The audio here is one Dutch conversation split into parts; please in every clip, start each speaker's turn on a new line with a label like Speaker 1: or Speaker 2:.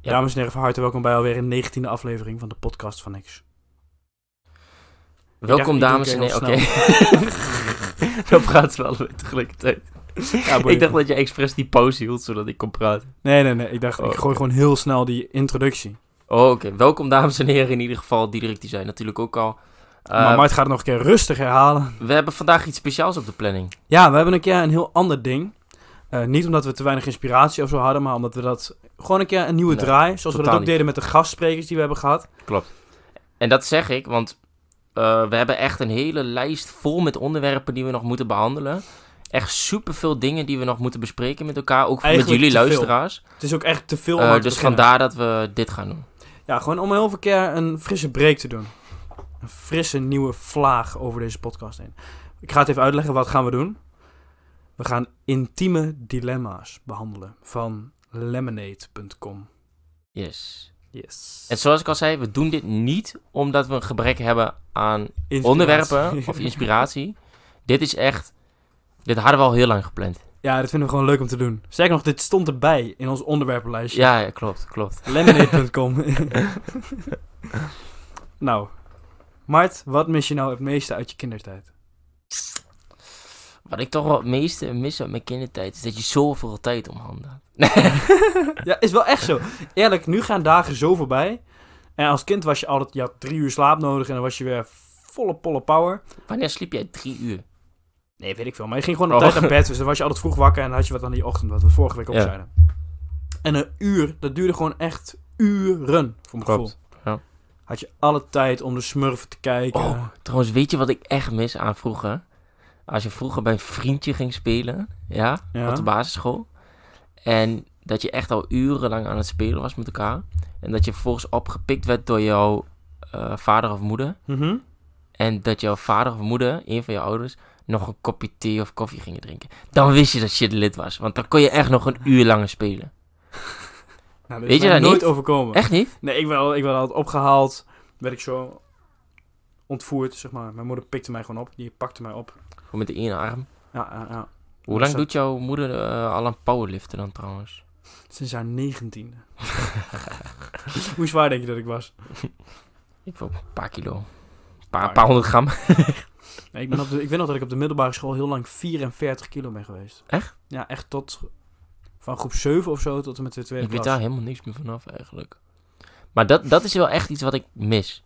Speaker 1: Dames en heren, van harte welkom bij alweer een 19e aflevering van de podcast van Niks.
Speaker 2: Welkom
Speaker 1: ik dacht,
Speaker 2: dames
Speaker 1: ik
Speaker 2: en
Speaker 1: doe
Speaker 2: heren.
Speaker 1: het
Speaker 2: Oké. Dan praten we allebei tegelijkertijd.
Speaker 1: Ja,
Speaker 2: ik dacht dat je expres die pauze hield zodat ik kon praten.
Speaker 1: Nee, nee, nee. Ik dacht,
Speaker 2: Oh,
Speaker 1: ik
Speaker 2: oké.
Speaker 1: gooi gewoon heel snel die introductie.
Speaker 2: Oh, oké. Welkom dames en heren. In ieder geval, Diederik die zijn natuurlijk ook al. Eh,
Speaker 1: maar Mart gaat het nog een keer rustig herhalen.
Speaker 2: We hebben vandaag iets speciaals op de planning.
Speaker 1: Ja, we hebben een keer een heel ander ding. Eh, niet omdat we te weinig inspiratie of zo hadden, maar omdat we dat gewoon een keer een nieuwe
Speaker 2: Nee,
Speaker 1: draai. Zoals we dat
Speaker 2: totaal
Speaker 1: ook
Speaker 2: niet.
Speaker 1: deden met de gastsprekers die we hebben gehad.
Speaker 2: En dat zeg ik, want eh, we hebben echt een hele lijst vol met onderwerpen die we nog moeten behandelen. Echt superveel dingen die we nog moeten bespreken met elkaar. Ook met
Speaker 1: Eigenlijk
Speaker 2: jullie
Speaker 1: te veel.
Speaker 2: luisteraars.
Speaker 1: Het is ook echt te veel. om
Speaker 2: Eh,
Speaker 1: aan te
Speaker 2: dus
Speaker 1: beginnen.
Speaker 2: vandaar dat we dit gaan doen.
Speaker 1: Ja, gewoon om heel veel keer een frisse break te doen. Een frisse nieuwe vlaag over deze podcast heen. Ik ga het even uitleggen, wat gaan we doen? We gaan intieme dilemma's behandelen van lemonade.com.
Speaker 2: Yes.
Speaker 1: Yes.
Speaker 2: En zoals ik al zei, we doen dit niet omdat we een gebrek hebben aan
Speaker 1: Inspiratie.
Speaker 2: onderwerpen of inspiratie. dit is echt. Dit hadden we al heel lang gepland.
Speaker 1: Ja, dat vinden we gewoon leuk om te doen. Sterker nog, dit stond erbij in ons onderwerpenlijstje.
Speaker 2: Ja, ja, klopt, klopt.
Speaker 1: Lemonade.com. nou, Mart, wat mis je nou het meeste uit je kindertijd?
Speaker 2: Wat ik toch wel het meeste mis uit mijn kindertijd is dat je zoveel tijd om handen had.
Speaker 1: Ja, is wel echt zo. Eerlijk, nu gaan dagen zo voorbij. En als kind was je altijd, je had drie uur slaap nodig en dan was je weer volle polle power.
Speaker 2: Wanneer sliep jij drie uur?
Speaker 1: Nee, weet ik veel. Maar je ging gewoon op
Speaker 2: Oh.
Speaker 1: tijd naar bed. Dus dan was je altijd vroeg wakker en dan had je wat aan die ochtend, wat we vorige week ook
Speaker 2: Ja.
Speaker 1: zeiden. En een uur, dat duurde gewoon echt uren, voor mijn
Speaker 2: Klopt,
Speaker 1: gevoel.
Speaker 2: ja.
Speaker 1: Had je alle tijd om de smurfen te kijken.
Speaker 2: Oh, trouwens, weet je wat ik echt mis aan vroeger? Als je vroeger bij een vriendje ging spelen, ja,
Speaker 1: Ja.
Speaker 2: op de basisschool. En dat je echt al urenlang aan het spelen was met elkaar. En dat je vervolgens opgepikt werd door jouw eh, vader of moeder.
Speaker 1: Mhm.
Speaker 2: En dat jouw vader of moeder, een van je ouders, nog een kopje thee of koffie gingen drinken. Dan wist je dat shit lid was. Want dan kon je echt nog een uur langer spelen.
Speaker 1: Nou, dat
Speaker 2: Weet
Speaker 1: is
Speaker 2: je
Speaker 1: mij
Speaker 2: dat
Speaker 1: nooit
Speaker 2: niet?
Speaker 1: overkomen.
Speaker 2: Echt niet?
Speaker 1: Nee, ik werd, al- ik werd altijd opgehaald. Werd ik zo ontvoerd, zeg maar. Mijn moeder pikte mij gewoon op. Die pakte mij op.
Speaker 2: Gewoon met de ene arm.
Speaker 1: Ja, ja, ja.
Speaker 2: Hoe
Speaker 1: Dat
Speaker 2: lang
Speaker 1: is-
Speaker 2: doet jouw moeder eh, al aan powerliften dan trouwens?
Speaker 1: Sinds haar negentiende. Hoe zwaar denk je dat ik was?
Speaker 2: Ik wil een paar kilo. Een paar,
Speaker 1: Maar-
Speaker 2: paar honderd gram.
Speaker 1: Nee, ik, ben op de, ik weet nog dat ik op de middelbare school heel lang 44 kilo ben geweest.
Speaker 2: Echt?
Speaker 1: Ja, echt tot... Van groep 7 of zo tot en met de tweede
Speaker 2: Ik weet daar
Speaker 1: klas.
Speaker 2: helemaal niks meer vanaf eigenlijk. Maar dat, dat is wel echt iets wat ik mis.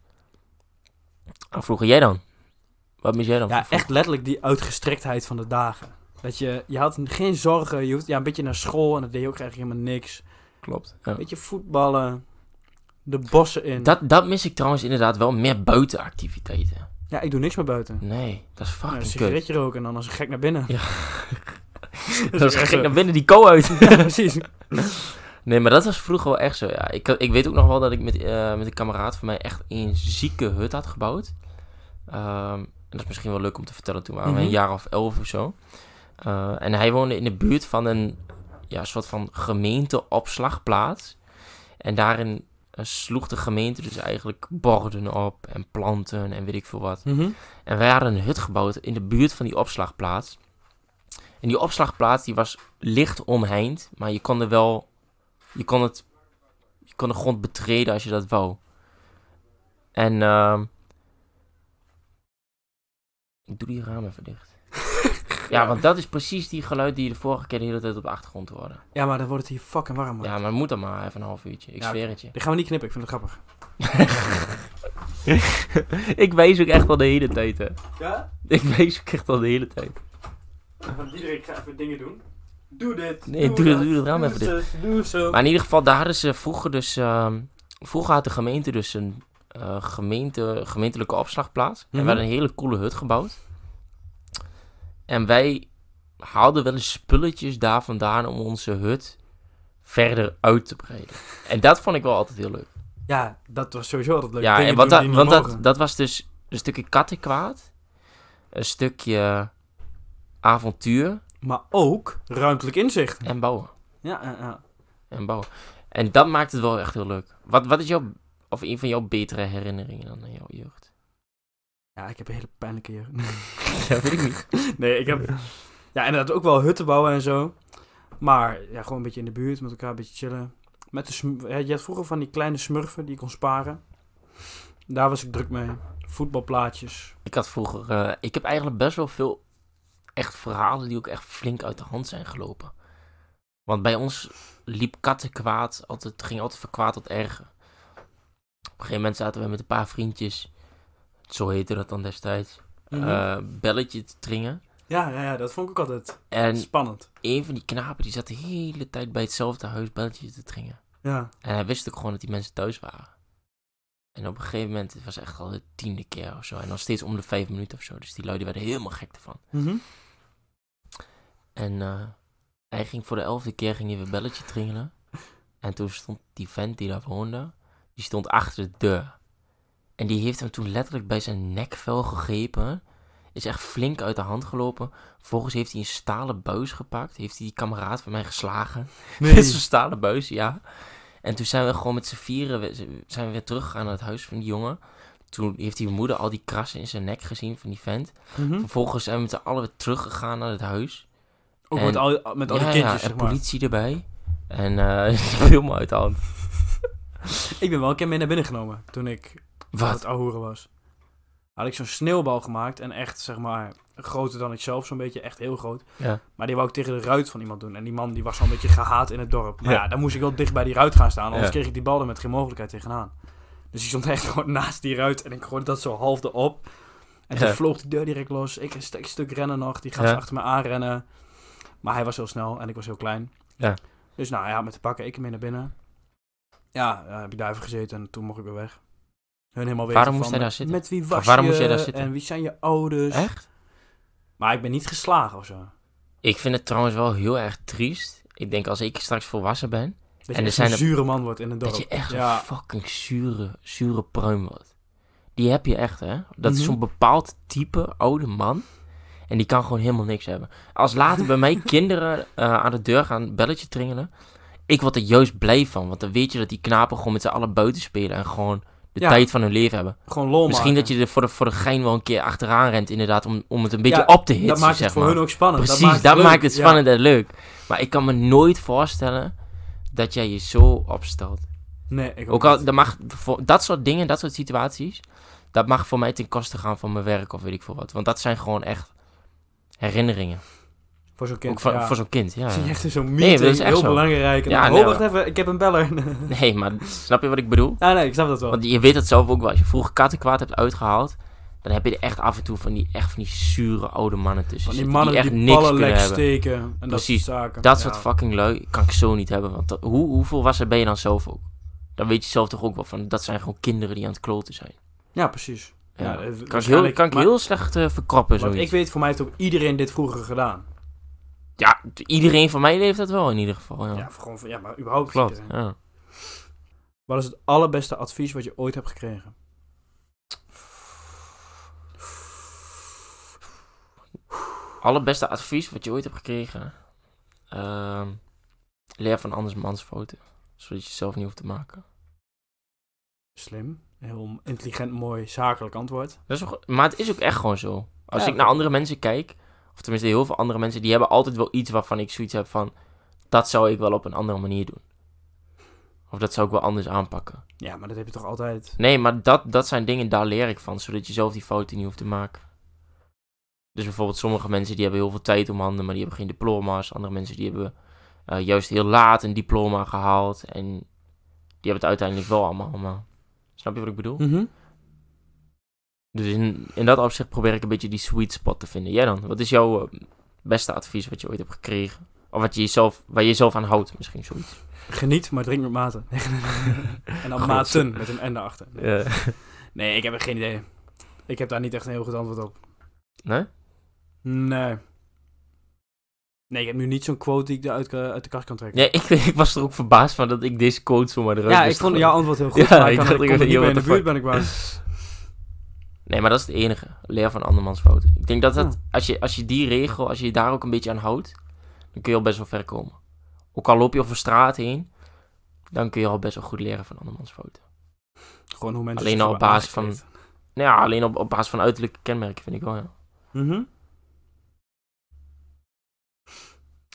Speaker 2: Ah, vroeger jij dan? Wat mis jij dan?
Speaker 1: Ja, echt letterlijk die uitgestrektheid van de dagen. Dat je... Je had geen zorgen. Je hoeft ja, een beetje naar school en dat deed je ook eigenlijk helemaal niks.
Speaker 2: Klopt. Ja.
Speaker 1: Beetje voetballen. De bossen in.
Speaker 2: Dat, dat mis ik trouwens inderdaad wel meer buitenactiviteiten.
Speaker 1: Ja, ik doe niks meer buiten.
Speaker 2: Nee, dat is
Speaker 1: Nou, een
Speaker 2: fucking kut.
Speaker 1: sigaretje roken en dan als een gek naar binnen.
Speaker 2: Ja.
Speaker 1: is
Speaker 2: Dat is
Speaker 1: echt
Speaker 2: gek
Speaker 1: zo.
Speaker 2: naar binnen die kou uit.
Speaker 1: Ja, precies.
Speaker 2: Nee, maar dat was vroeger wel echt zo. Ja. Ik, ik weet ook nog wel dat ik met, eh, met een kameraad van mij echt een zieke hut had gebouwd. Ehm, en dat is misschien wel leuk om te vertellen. Toen waren we
Speaker 1: Mhm.
Speaker 2: een jaar of elf of zo. Eh, en hij woonde in de buurt van een ja, soort van gemeenteopslagplaats. En daarin eh, sloeg de gemeente dus eigenlijk borden op en planten en weet ik veel wat.
Speaker 1: Mhm.
Speaker 2: En wij hadden een hut gebouwd in de buurt van die opslagplaats. En die opslagplaats die was licht omheind, maar je kon er wel. Je kon, het, je kon de grond betreden als je dat wou. En. ehm ik doe die raam even dicht. Ja, want dat is precies die geluid die je de vorige keer de hele tijd op de achtergrond hoorde.
Speaker 1: Ja, maar dan wordt het hier fucking warm. man.
Speaker 2: Ja, maar moet dan maar even een half uurtje. Ik
Speaker 1: Ja,
Speaker 2: zweer het je.
Speaker 1: Die gaan we niet knippen, ik vind het grappig.
Speaker 2: ik wees ook echt al de hele tijd, hè.
Speaker 1: Ja?
Speaker 2: Ik wees ook echt al de hele tijd.
Speaker 1: Van Diederik, ga even dingen doen. Doe dit.
Speaker 2: Nee, doe doe dat, dat, doe dat raam doe even
Speaker 1: dicht. Doe zo.
Speaker 2: Maar in ieder geval, daar hadden ze vroeger dus... ehm, vroeger had de gemeente dus een eh, gemeente, gemeentelijke opslagplaats. En
Speaker 1: Mhm.
Speaker 2: we hadden een hele coole hut gebouwd. En wij haalden wel eens spulletjes daar vandaan om onze hut verder uit te breiden. En dat vond ik wel altijd heel leuk.
Speaker 1: Ja, dat was sowieso altijd leuk.
Speaker 2: ja,
Speaker 1: Dingen
Speaker 2: en wat
Speaker 1: doen
Speaker 2: dat,
Speaker 1: die
Speaker 2: want
Speaker 1: niet
Speaker 2: dat,
Speaker 1: mogen.
Speaker 2: dat was dus een stukje kattenkwaad. Een stukje avontuur
Speaker 1: Maar ook ruimtelijk inzicht.
Speaker 2: en bouwen.
Speaker 1: Ja, ja, ja.
Speaker 2: En bouwen. En dat maakt het wel echt heel leuk. Wat, wat is jouw, of een van jouw betere herinneringen dan aan jouw jeugd?
Speaker 1: Ja, ik heb een hele pijnlijke jeugd.
Speaker 2: dat weet ik niet.
Speaker 1: nee, ik heb... Ja, inderdaad ook wel hutten bouwen en zo. Maar ja, gewoon een beetje in de buurt, met elkaar een beetje chillen. Met de sm- ja, je had vroeger van die kleine smurfen die je kon sparen. Daar was ik druk mee. Voetbalplaatjes.
Speaker 2: Ik had vroeger... eh, ik heb eigenlijk best wel veel echt verhalen die ook echt flink uit de hand zijn gelopen. Want bij ons liep katten kwaad. Altijd, het ging altijd van kwaad tot erger. Op een gegeven moment zaten we met een paar vriendjes. Zo heette dat dan destijds. eh, belletje te tringen.
Speaker 1: Mhm. ja, ja, ja, dat vond ik ook altijd
Speaker 2: En
Speaker 1: spannend.
Speaker 2: een van die knapen die zat de hele tijd bij hetzelfde huis belletje te tringen.
Speaker 1: Ja.
Speaker 2: En hij wist ook gewoon dat die mensen thuis waren. En op een gegeven moment, het was echt al de tiende keer of zo. En dan steeds om de vijf minuten of zo. Dus die lui die werden helemaal gek ervan.
Speaker 1: Mhm.
Speaker 2: En eh, hij ging voor de elfde keer ging hij weer belletje tringelen. En toen stond die vent die daar woonde, die stond achter de deur. En die heeft hem toen letterlijk bij zijn nekvel gegrepen. Is echt flink uit de hand gelopen. Vervolgens heeft hij een stalen buis gepakt. Heeft hij die kameraad van mij geslagen. Met zo'n stalen buis, ja. En toen zijn we gewoon met z'n vieren we- zijn we weer teruggegaan naar het huis van die jongen. Toen heeft die moeder al die krassen in zijn nek gezien van die vent.
Speaker 1: Mhm.
Speaker 2: Vervolgens zijn we met z'n allen weer teruggegaan naar het huis.
Speaker 1: Ook
Speaker 2: En-
Speaker 1: met al, met al die
Speaker 2: Ja,
Speaker 1: kindjes,
Speaker 2: Ja, en
Speaker 1: zeg maar.
Speaker 2: politie erbij. En eh helemaal uit de hand.
Speaker 1: Ik ben wel een keer mee naar binnen genomen toen ik aan
Speaker 2: Wat?
Speaker 1: het ahoeren was. Had ik zo'n sneeuwbal gemaakt en echt, zeg maar, groter dan ik zelf zo'n beetje. Echt heel groot.
Speaker 2: Ja.
Speaker 1: Maar die wou ik tegen de ruit van iemand doen. En die man die was zo'n beetje gehaat in het dorp. Maar
Speaker 2: Ja.
Speaker 1: ja, dan moest ik wel dicht bij die ruit gaan staan. Anders
Speaker 2: Ja.
Speaker 1: kreeg ik die bal er met geen mogelijkheid tegenaan. Dus die stond echt gewoon naast die ruit. En ik gooide dat zo half erop. En toen
Speaker 2: Ja.
Speaker 1: vloog die deur direct los. Ik een stuk, stuk rennen nog. Die gaat
Speaker 2: Ja.
Speaker 1: zo achter me aanrennen. Maar hij was heel snel en ik was heel klein.
Speaker 2: Ja.
Speaker 1: Dus nou ja, met de pakken, ik hem mee naar binnen. Ja, eh, heb ik daar even gezeten en toen mocht ik weer weg. Hun helemaal weten van
Speaker 2: Waarom moest hij
Speaker 1: me.
Speaker 2: daar zitten?
Speaker 1: Met wie
Speaker 2: Of
Speaker 1: was
Speaker 2: waarom
Speaker 1: je
Speaker 2: moest jij daar zitten?
Speaker 1: en wie zijn je ouders?
Speaker 2: Echt?
Speaker 1: Maar ik ben niet geslagen of zo.
Speaker 2: Ik vind het trouwens wel heel erg triest. Ik denk als ik straks volwassen ben,
Speaker 1: Dat
Speaker 2: er
Speaker 1: je echt
Speaker 2: zijn
Speaker 1: een
Speaker 2: er-
Speaker 1: zure man wordt in het dorp.
Speaker 2: Dat je echt
Speaker 1: Ja.
Speaker 2: een fucking zure, zure pruim wordt. Die heb je echt, hè? Dat is
Speaker 1: Mhm.
Speaker 2: zo'n bepaald type oude man. En die kan gewoon helemaal niks hebben. Als later bij mij kinderen eh, aan de deur gaan belletje tringelen. Ik word er juist blij van. Want dan weet je dat die knapen gewoon met z'n allen buiten spelen. En gewoon de
Speaker 1: Ja.
Speaker 2: tijd van hun leven hebben.
Speaker 1: Gewoon lol
Speaker 2: Misschien dat
Speaker 1: maken.
Speaker 2: je er voor de, voor de gein wel een keer achteraan rent. Inderdaad, om, om het een beetje
Speaker 1: Ja,
Speaker 2: op te hitsen,
Speaker 1: Dat maakt het
Speaker 2: zeg
Speaker 1: voor
Speaker 2: maar.
Speaker 1: hun ook spannend.
Speaker 2: Precies,
Speaker 1: dat maakt het, leuk. Ja.
Speaker 2: spannend en leuk. Maar ik kan me nooit voorstellen dat jij je zo opstelt.
Speaker 1: Nee, ik ook,
Speaker 2: Ook al,
Speaker 1: niet.
Speaker 2: dat, mag, voor, dat soort dingen, dat soort situaties, dat mag voor mij ten koste gaan van mijn werk of weet ik veel wat. Want dat zijn gewoon echt herinneringen.
Speaker 1: Voor zo'n kind,
Speaker 2: ook van,
Speaker 1: ja.
Speaker 2: voor zo'n kind, ja.
Speaker 1: Zie je echt in zo'n
Speaker 2: Nee,
Speaker 1: meeting,
Speaker 2: maar dat is echt
Speaker 1: heel
Speaker 2: zo.
Speaker 1: belangrijk. En
Speaker 2: Ja,
Speaker 1: dan,
Speaker 2: nee,
Speaker 1: oh, wacht even, ik heb een beller.
Speaker 2: Nee, maar snap je wat ik bedoel?
Speaker 1: ja, nee, ik snap dat wel.
Speaker 2: Want je weet het zelf ook wel. Als je vroeger kattenkwaad hebt uitgehaald, dan heb je er echt af en toe van die, echt van die zure oude mannen tussen
Speaker 1: Van die
Speaker 2: zitten
Speaker 1: mannen die,
Speaker 2: echt niks
Speaker 1: ballen
Speaker 2: kunnen
Speaker 1: lek
Speaker 2: hebben.
Speaker 1: steken en dat soort
Speaker 2: Precies,
Speaker 1: zaken.
Speaker 2: Dat
Speaker 1: Ja.
Speaker 2: soort fucking lui kan ik zo niet hebben. Want dat- hoe, hoeveel was er ben je dan zelf ook? Dan weet je zelf toch ook wel van, dat zijn gewoon kinderen die aan het kloten zijn.
Speaker 1: Ja, precies.
Speaker 2: Ja,
Speaker 1: Ja, eh,
Speaker 2: kan ik heel,
Speaker 1: waarschijnlijk-
Speaker 2: kan ik
Speaker 1: maar-
Speaker 2: heel slecht eh, verkroppen,
Speaker 1: Want
Speaker 2: zoiets.
Speaker 1: ik weet, voor mij heeft ook iedereen dit vroeger gedaan.
Speaker 2: Ja, t- iedereen van mij heeft dat wel in ieder geval. Ja,
Speaker 1: Ja, voor gewoon, voor- ja maar überhaupt
Speaker 2: klopt.
Speaker 1: iedereen.
Speaker 2: Ja.
Speaker 1: Wat is het allerbeste advies wat je ooit hebt gekregen?
Speaker 2: Allerbeste advies wat je ooit hebt gekregen. Ehm, leer van andersmans fouten. Zodat je het zelf niet hoeft te maken.
Speaker 1: Slim. Heel intelligent, mooi, zakelijk antwoord.
Speaker 2: Dat is ook- maar het is ook echt gewoon zo. Als
Speaker 1: Ja.
Speaker 2: ik naar andere mensen kijk, of tenminste heel veel andere mensen, die hebben altijd wel iets waarvan ik zoiets heb van, dat zou ik wel op een andere manier doen. Of dat zou ik wel anders aanpakken.
Speaker 1: Ja, maar dat heb je toch altijd.
Speaker 2: Nee, maar dat, dat zijn dingen, daar leer ik van, zodat je zelf die fouten niet hoeft te maken. Dus bijvoorbeeld sommige mensen die hebben heel veel tijd om handen, maar die hebben geen diploma's. Andere mensen die hebben eh, juist heel laat een diploma gehaald en die hebben het uiteindelijk wel allemaal. Maar snap je wat ik bedoel?
Speaker 1: Mhm.
Speaker 2: Dus in, in dat opzicht probeer ik een beetje die sweet spot te vinden. Jij dan? Wat is jouw eh, beste advies wat je ooit hebt gekregen? Of wat je jezelf, waar je jezelf aan houdt, misschien zoiets.
Speaker 1: Geniet, maar drink met mate. Nee, nee, nee. en dan
Speaker 2: God.
Speaker 1: maten, met een N daarachter. Nee.
Speaker 2: Eh,
Speaker 1: nee, ik heb er geen idee. Ik heb daar niet echt een heel goed antwoord op.
Speaker 2: nee?
Speaker 1: Nee. Nee, ik heb nu niet zo'n quote die ik eruit, eh, uit de kast kan trekken.
Speaker 2: Nee, ik, ik was er ook verbaasd van dat ik deze quote zomaar eruit
Speaker 1: ja, ik
Speaker 2: wist te
Speaker 1: vond
Speaker 2: gooien.
Speaker 1: jouw antwoord heel goed,
Speaker 2: Ja,
Speaker 1: maar ik,
Speaker 2: ik
Speaker 1: kan,
Speaker 2: dacht,
Speaker 1: ik
Speaker 2: ik
Speaker 1: kom er
Speaker 2: weet-
Speaker 1: niet
Speaker 2: yo,
Speaker 1: bij in de
Speaker 2: what
Speaker 1: buurt,
Speaker 2: the
Speaker 1: ben ik waar.
Speaker 2: Nee, maar dat is het enige. Leer van andermans fouten. Ik denk dat, dat
Speaker 1: Ja.
Speaker 2: als, je, als je die regel, als je je daar ook een beetje aan houdt, dan kun je al best wel ver komen. Ook al loop je over straat heen, dan kun je al best wel goed leren van andermans fouten.
Speaker 1: Gewoon hoe mensen
Speaker 2: Alleen
Speaker 1: zich
Speaker 2: al op
Speaker 1: hebben
Speaker 2: basis van-
Speaker 1: aangekleed.
Speaker 2: Nou ja, alleen op, op basis van uiterlijke kenmerken vind ik wel, ja.
Speaker 1: Mhm.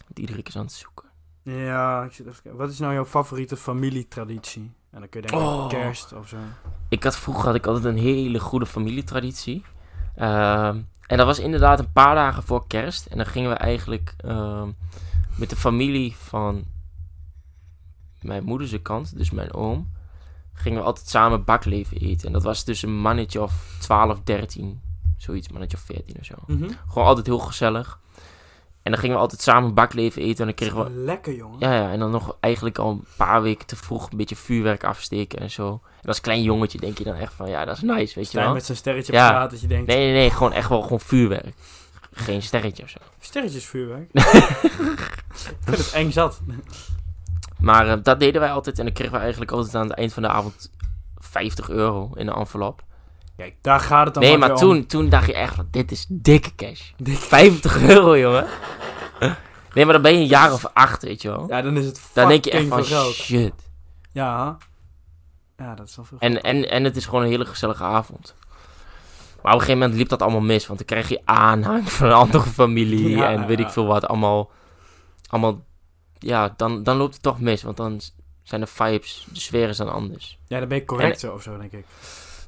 Speaker 2: Want iedere keer is aan het zoeken.
Speaker 1: Ja, ik zit even te kijken. Wat is nou jouw favoriete familietraditie? En dan kun je denken
Speaker 2: Oh.
Speaker 1: kerst of zo.
Speaker 2: Ik had vroeger had ik altijd een hele goede familietraditie. Ehm, en dat was inderdaad een paar dagen voor kerst. En dan gingen we eigenlijk ehm, met de familie van mijn moederse kant, dus mijn oom, gingen we altijd samen bakleven eten. En dat was dus een mannetje of 12, 13, zoiets, mannetje of 14 of zo. Gewoon altijd heel gezellig. En dan gingen we altijd samen bakleven eten en dan kregen we
Speaker 1: Lekker, jongen.
Speaker 2: ja, ja, en dan nog eigenlijk al een paar weken te vroeg een beetje vuurwerk afsteken en zo. En als klein jongetje denk je dan echt van, ja, dat is nice, weet je
Speaker 1: Stijn
Speaker 2: wel.
Speaker 1: met zijn sterretje op
Speaker 2: Ja.
Speaker 1: straat dat je denkt...
Speaker 2: Nee, nee, nee, gewoon echt wel gewoon vuurwerk. Geen sterretje of zo.
Speaker 1: Sterretjesvuurwerk. ik vind het eng zat.
Speaker 2: Maar eh, dat deden wij altijd en dan kregen we eigenlijk altijd aan het eind van de avond 50 euro in een envelop.
Speaker 1: Kijk, daar gaat het dan
Speaker 2: nee,
Speaker 1: wel
Speaker 2: maar
Speaker 1: weer om.
Speaker 2: toen, toen dacht je echt van, dit is dikke cash.
Speaker 1: Dikke-
Speaker 2: 50 euro, jongen. Nee, maar dan ben je een jaar of acht, weet je wel.
Speaker 1: Ja, dan is het fucking
Speaker 2: Dan denk je echt van,
Speaker 1: veel geld.
Speaker 2: shit.
Speaker 1: Ja. Ja, dat is wel veel
Speaker 2: En, en, en het is gewoon een hele gezellige avond. Maar op een gegeven moment liep dat allemaal mis. Want dan krijg je aanhang van een andere familie.
Speaker 1: Ja,
Speaker 2: en weet
Speaker 1: ja.
Speaker 2: ik veel wat. Allemaal. allemaal ja, dan, dan loopt het toch mis. Want dan s- zijn de vibes. De sfeer is dan anders.
Speaker 1: Ja, dan ben je correcter of zo, denk ik.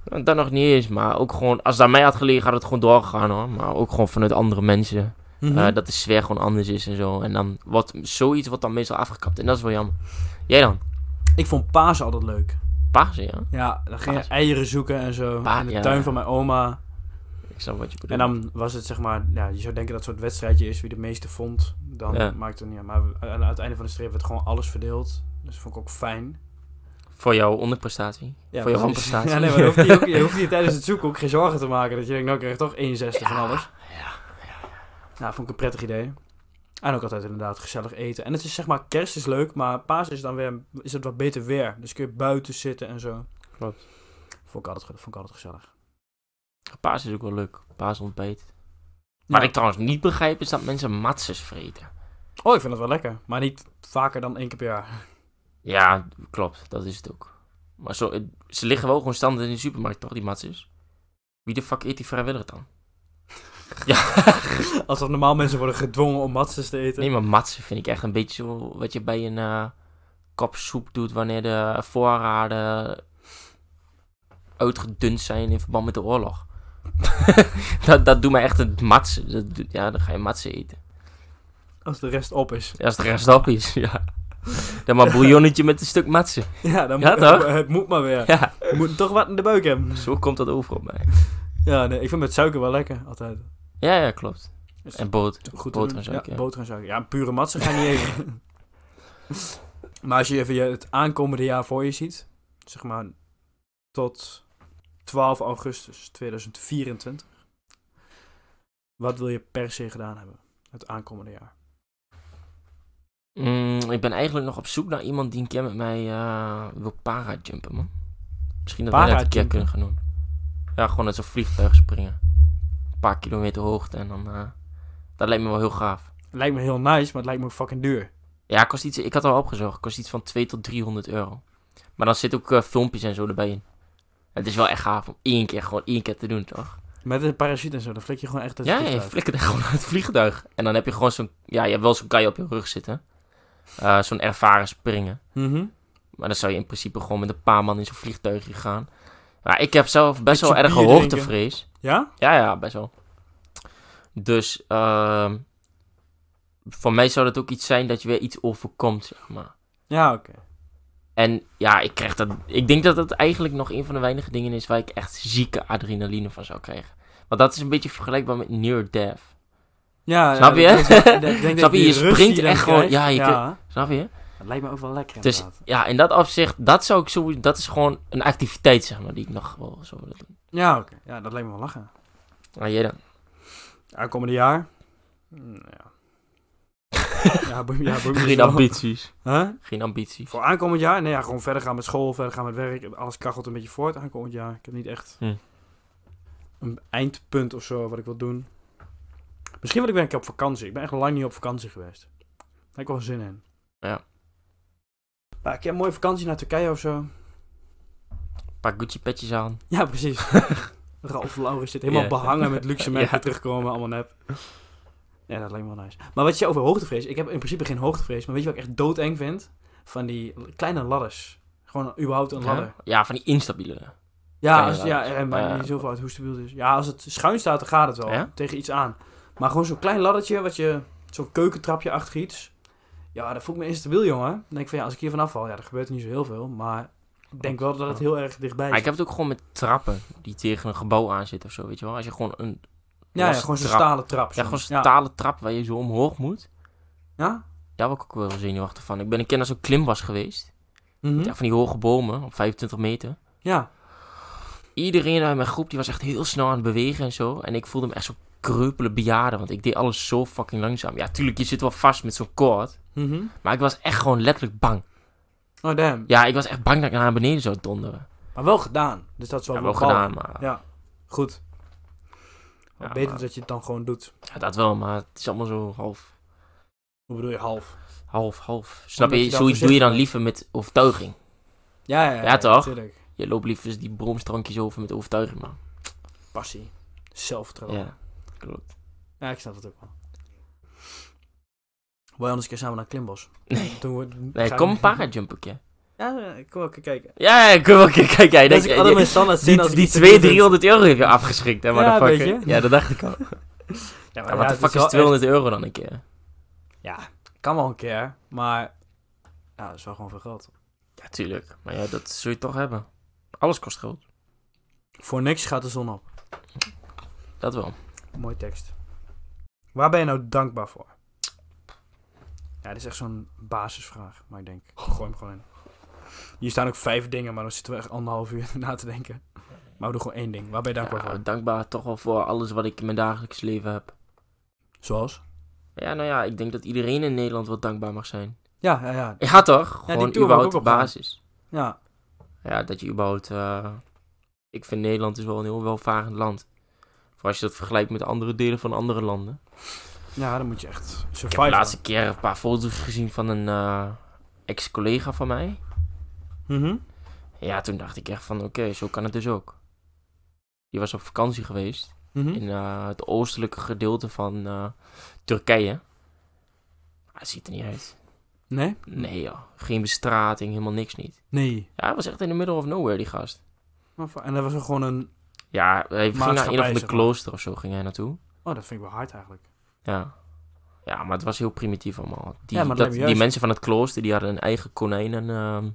Speaker 2: Nou, Dat nog niet eens. Maar ook gewoon. Als het aan mij had gelegen, had het gewoon doorgegaan hoor. Maar ook gewoon vanuit andere mensen.
Speaker 1: Mhm.
Speaker 2: eh, dat de sfeer gewoon anders is en zo. En dan wordt zoiets wordt dan meestal afgekapt. En dat is wel jammer. Jij dan?
Speaker 1: Ik vond Pasen altijd leuk.
Speaker 2: Pasen, ja.
Speaker 1: Ja, dan ging je
Speaker 2: Pasen.
Speaker 1: eieren zoeken en zo.
Speaker 2: Pa-
Speaker 1: in de
Speaker 2: ja.
Speaker 1: tuin van mijn oma.
Speaker 2: Ik snap wat je
Speaker 1: En
Speaker 2: bedoelt.
Speaker 1: dan was het zeg maar, ja, je zou denken dat het een soort wedstrijdje is wie de meeste vond. Dan
Speaker 2: Ja.
Speaker 1: maakt het niet uit. Maar we- aan het einde van de streep werd gewoon alles verdeeld. Dus dat vond ik ook fijn.
Speaker 2: Voor jouw onderprestatie.
Speaker 1: Ja,
Speaker 2: Voor je
Speaker 1: precies.
Speaker 2: wanprestatie.
Speaker 1: Ja, nee, maar dan hoeft je, ook, je hoeft je tijdens het zoeken ook geen zorgen te maken. Dat je denkt, nou ik krijg toch 61 van alles. Nou, vond ik een prettig idee. En ook altijd inderdaad gezellig eten. En het is zeg maar, kerst is leuk, maar paas is dan weer, is het wat beter weer. Dus kun je buiten zitten en zo.
Speaker 2: Klopt.
Speaker 1: Vond ik altijd, ge- vond ik altijd gezellig.
Speaker 2: Paas is ook wel leuk. Paasontbijt. Wat
Speaker 1: Ja.
Speaker 2: ik trouwens niet begrijp is dat mensen matzes vreten.
Speaker 1: Oh, ik vind het wel lekker. Maar niet vaker dan één keer per jaar.
Speaker 2: Ja, klopt. Dat is het ook. Maar zo, het- ze liggen wel gewoon standaard in de supermarkt, toch, die matzes? Wie de fuck eet die vrijwillig dan?
Speaker 1: Als dat normaal mensen worden gedwongen om matzes te eten.
Speaker 2: Nee, maar matsen vind ik echt een beetje zo wat je bij een eh, kop soep doet wanneer de voorraden uitgedund zijn in verband met de oorlog. dat, dat doet mij echt een matsen. Dat doet- ja, dan ga je matsen eten.
Speaker 1: Als de rest op is.
Speaker 2: Ja, Als het rest op is, ja. Dan maar bouillonnetje met een stuk matsen.
Speaker 1: Ja, dan
Speaker 2: Ja,
Speaker 1: moet,
Speaker 2: toch?
Speaker 1: het moet maar weer.
Speaker 2: Ja,
Speaker 1: We moeten toch wat in de buik hebben.
Speaker 2: zo komt dat over op mij.
Speaker 1: Ja, nee, ik vind met suiker wel lekker altijd.
Speaker 2: Ja, ja, klopt.
Speaker 1: Is
Speaker 2: En boot.
Speaker 1: Dus Goed te
Speaker 2: boter
Speaker 1: doen.
Speaker 2: en suiker,
Speaker 1: Ja,
Speaker 2: ja.
Speaker 1: boter en suiker. Ja, pure matse ga je niet eten. maar als je even je- het aankomende jaar voor je ziet, zeg maar tot 12 augustus 2024, wat wil je per se gedaan hebben het aankomende jaar?
Speaker 2: Mm, ik ben eigenlijk nog op zoek naar iemand die een keer met mij eh, wil parajumpen, man. Misschien dat wij dat een keer
Speaker 1: Parajumpen?
Speaker 2: kunnen gaan doen. Ja, gewoon uit zo'n vliegtuig springen. Een paar kilometer hoogte en dan... eh, dat lijkt me wel heel gaaf.
Speaker 1: Lijkt me heel nice, maar het lijkt me ook fucking duur.
Speaker 2: Ja, kost iets, ik had al opgezocht. Kost iets van 2 tot 300 euro. Maar dan zit ook eh, filmpjes en zo erbij in. Het is wel echt gaaf om één keer, gewoon één keer te doen, toch?
Speaker 1: Met een parachute en zo, dan flik je gewoon echt uit het
Speaker 2: Ja, je
Speaker 1: vliegtuig.
Speaker 2: flikkert echt gewoon uit het vliegtuig. En dan heb je gewoon zo'n... Ja, je hebt wel zo'n guy op je rug zitten. Eh, zo'n ervaren springen.
Speaker 1: Mhm.
Speaker 2: Maar dan zou je in principe gewoon met een paar man in zo'n vliegtuigje gaan. Maar ik heb zelf best
Speaker 1: Beetje
Speaker 2: wel erg
Speaker 1: bier drinken.
Speaker 2: hoogtevrees.
Speaker 1: Ja?
Speaker 2: Ja, ja, best wel. Dus ehm, voor mij zou dat ook iets zijn dat je weer iets overkomt, zeg maar.
Speaker 1: Ja, oké.
Speaker 2: En ja, ik krijg dat... Ik denk dat dat eigenlijk nog een van de weinige dingen is waar ik echt zieke adrenaline van zou krijgen. Want dat is een beetje vergelijkbaar met near death.
Speaker 1: Ja,
Speaker 2: Snap
Speaker 1: ja,
Speaker 2: je?
Speaker 1: ik denk dat- ik denk
Speaker 2: Snap
Speaker 1: dat
Speaker 2: je?
Speaker 1: die
Speaker 2: Je
Speaker 1: rust die
Speaker 2: springt
Speaker 1: dan
Speaker 2: echt gewoon- ja, je
Speaker 1: ja.
Speaker 2: Snap je?
Speaker 1: Dat lijkt me ook wel lekker
Speaker 2: Dus-
Speaker 1: inderdaad.
Speaker 2: Ja, in dat opzicht, dat zou ik zo. Dat is gewoon een activiteit, zeg maar, die ik nog wel zou willen doen.
Speaker 1: Ja, oké. Ja, dat lijkt me wel lachen.
Speaker 2: Ah, jij dan?
Speaker 1: Aankomende jaar? Mm,
Speaker 2: Nou
Speaker 1: Ja. ja, boem, ja, boem.
Speaker 2: Geen ambities.
Speaker 1: Huh?
Speaker 2: Geen ambities.
Speaker 1: Voor aankomend jaar? Nee, ja, gewoon verder gaan met school, verder gaan met werk. Alles kachelt een beetje voort aankomend jaar. Ik heb niet echt
Speaker 2: Hm.
Speaker 1: een eindpunt of zo wat ik wil doen. Misschien wil ik weer een keer op vakantie. Ik ben echt lang niet op vakantie geweest. Daar heb ik wel zin in.
Speaker 2: Ja.
Speaker 1: Maar ik heb een mooie vakantie naar Turkije of zo.
Speaker 2: Een paar Gucci-petjes aan.
Speaker 1: Ja, precies. Ralf Lauren zit helemaal
Speaker 2: Ja.
Speaker 1: behangen met luxe merken
Speaker 2: Ja.
Speaker 1: terugkomen, allemaal nep. Ja, dat lijkt me wel nice. Maar wat je over hoogtevrees... Ik heb in principe geen hoogtevrees, maar weet je wat ik echt doodeng vind? Van die kleine ladders. Gewoon überhaupt een ladder.
Speaker 2: Ja? ja, van die instabiele.
Speaker 1: Ja,
Speaker 2: Kleine
Speaker 1: als, ja en maakt
Speaker 2: Eh,
Speaker 1: niet zoveel uit hoe stabiel het is. Ja, als het schuin staat, dan gaat het wel.
Speaker 2: Ja?
Speaker 1: Tegen iets aan. Maar gewoon zo'n klein laddertje, wat je, zo'n keukentrapje achter iets. Ja, dat voelt me instabiel, jongen. Dan denk ik van, ja, als ik hier vanaf val, ja, er gebeurt niet zo heel veel. Maar ik denk wel dat het heel erg dichtbij
Speaker 2: Maar
Speaker 1: is.
Speaker 2: ik heb het ook gewoon met trappen die tegen een gebouw aan zitten of zo, weet je wel. Als je gewoon een...
Speaker 1: ja, ja,
Speaker 2: was
Speaker 1: gewoon zo'n
Speaker 2: trap.
Speaker 1: stalen trap.
Speaker 2: Ja,
Speaker 1: zo.
Speaker 2: gewoon een stalen trap waar je zo omhoog moet.
Speaker 1: Ja?
Speaker 2: Daar word ik ook wel zenuwachtig van. Ik ben een keer naar zo'n klimwas geweest.
Speaker 1: Mhm.
Speaker 2: Ja, van die hoge bomen, op 25 meter.
Speaker 1: Ja.
Speaker 2: Iedereen uit mijn groep die was echt heel snel aan het bewegen en zo. En ik voelde me echt zo kreupelen bejaarden, want ik deed alles zo fucking langzaam. Ja, tuurlijk, je zit wel vast met zo'n koord.
Speaker 1: Mhm.
Speaker 2: Maar ik was echt gewoon letterlijk bang.
Speaker 1: Oh, damn.
Speaker 2: Ja, ik was echt bang dat ik naar beneden zou donderen.
Speaker 1: Maar wel gedaan. Dus dat is wel
Speaker 2: Ja, wel
Speaker 1: bepaald.
Speaker 2: gedaan, maar...
Speaker 1: Ja. Goed. Wel
Speaker 2: Ja,
Speaker 1: beter
Speaker 2: maar-
Speaker 1: dat je het dan gewoon doet.
Speaker 2: Ja, dat wel, maar het is allemaal zo half,
Speaker 1: Hoe bedoel je, half?
Speaker 2: half, half. Snap
Speaker 1: Omdat
Speaker 2: je?
Speaker 1: je dan
Speaker 2: Zoiets doe je
Speaker 1: voorzichtig
Speaker 2: dan liever met overtuiging.
Speaker 1: Ja, ja, ja.
Speaker 2: Ja, toch?
Speaker 1: tuurlijk.
Speaker 2: Je loopt liever die bromstrankjes over met overtuiging, man.
Speaker 1: Passie. Zelfvertrouwen.
Speaker 2: Ja, klopt.
Speaker 1: Ja, ik snap het ook wel. Wil je anders een keer samen naar Klimbos?
Speaker 2: Nee.
Speaker 1: Toen wordt-
Speaker 2: Nee,
Speaker 1: ga
Speaker 2: kom
Speaker 1: ik-
Speaker 2: een parajump een keer.
Speaker 1: Ja, ja, ik kom ook een keer kijken.
Speaker 2: Ja, ja, kom ook kijk, kijk. jij
Speaker 1: Dat
Speaker 2: denkt-
Speaker 1: is altijd mijn standaard zin als
Speaker 2: Die,
Speaker 1: ik
Speaker 2: die
Speaker 1: iets te doen
Speaker 2: 200,
Speaker 1: vind.
Speaker 2: 300 euro heb je afgeschrikt, hè,
Speaker 1: Ja,
Speaker 2: motherfucker.
Speaker 1: weet je.
Speaker 2: Ja, dat dacht ik al.
Speaker 1: Ja, maar
Speaker 2: Ah, Ja, wat
Speaker 1: ja,
Speaker 2: de
Speaker 1: het
Speaker 2: fuck
Speaker 1: wel
Speaker 2: is
Speaker 1: echt-
Speaker 2: 200 euro dan een keer?
Speaker 1: Ja, kan wel een keer, maar... Ja, dat is wel gewoon veel geld.
Speaker 2: Ja, tuurlijk. Maar ja, dat zul je toch hebben. Alles kost geld.
Speaker 1: Voor niks gaat de zon op.
Speaker 2: Dat wel.
Speaker 1: Mooi tekst. Waar ben je nou dankbaar voor? Ja, dit is echt zo'n basisvraag, maar ik denk, gooi hem gewoon in. Hier staan ook vijf dingen, maar dan zitten we echt anderhalf uur na te denken. Maar we doen gewoon één ding. Waar ben je dankbaar
Speaker 2: Ja,
Speaker 1: voor?
Speaker 2: dankbaar toch wel voor alles wat ik in mijn dagelijks leven heb.
Speaker 1: Zoals?
Speaker 2: Ja, nou ja, ik denk dat iedereen in Nederland wel dankbaar mag zijn.
Speaker 1: Ja, ja, ja.
Speaker 2: Ja, toch?
Speaker 1: die
Speaker 2: Gewoon
Speaker 1: tour wou ik
Speaker 2: überhaupt
Speaker 1: ook
Speaker 2: de
Speaker 1: opgaan.
Speaker 2: basis.
Speaker 1: Ja,
Speaker 2: Ja, dat je überhaupt... eh, ik vind Nederland is wel een heel welvarend land. Voor als je dat vergelijkt met andere delen van andere landen.
Speaker 1: Ja, dan moet je echt
Speaker 2: Ik heb de
Speaker 1: survive.
Speaker 2: laatste keer een paar foto's gezien van een eh, ex-collega van mij.
Speaker 1: Mhm.
Speaker 2: Ja, toen dacht ik echt van, oké, zo kan het dus ook. Die was op vakantie geweest
Speaker 1: Mhm. Hm?
Speaker 2: in eh, het oostelijke gedeelte van eh, Turkije. Ah, ziet er niet uit.
Speaker 1: Nee?
Speaker 2: Nee joh, geen bestrating, helemaal niks niet.
Speaker 1: Nee.
Speaker 2: Ja, hij was echt in de middle of nowhere, die gast.
Speaker 1: Maar voor- En dat was er gewoon een...
Speaker 2: Ja, hij ging naar een
Speaker 1: Maatschappij,
Speaker 2: of
Speaker 1: zeg
Speaker 2: de
Speaker 1: maar.
Speaker 2: klooster of zo ging hij naartoe.
Speaker 1: Oh, dat vind ik wel hard eigenlijk.
Speaker 2: Ja. ja, maar het was heel primitief allemaal. Die,
Speaker 1: Ja, maar dat
Speaker 2: dat,
Speaker 1: lijkt me
Speaker 2: die
Speaker 1: juist.
Speaker 2: mensen van het klooster, die hadden een eigen konijnen... ehm,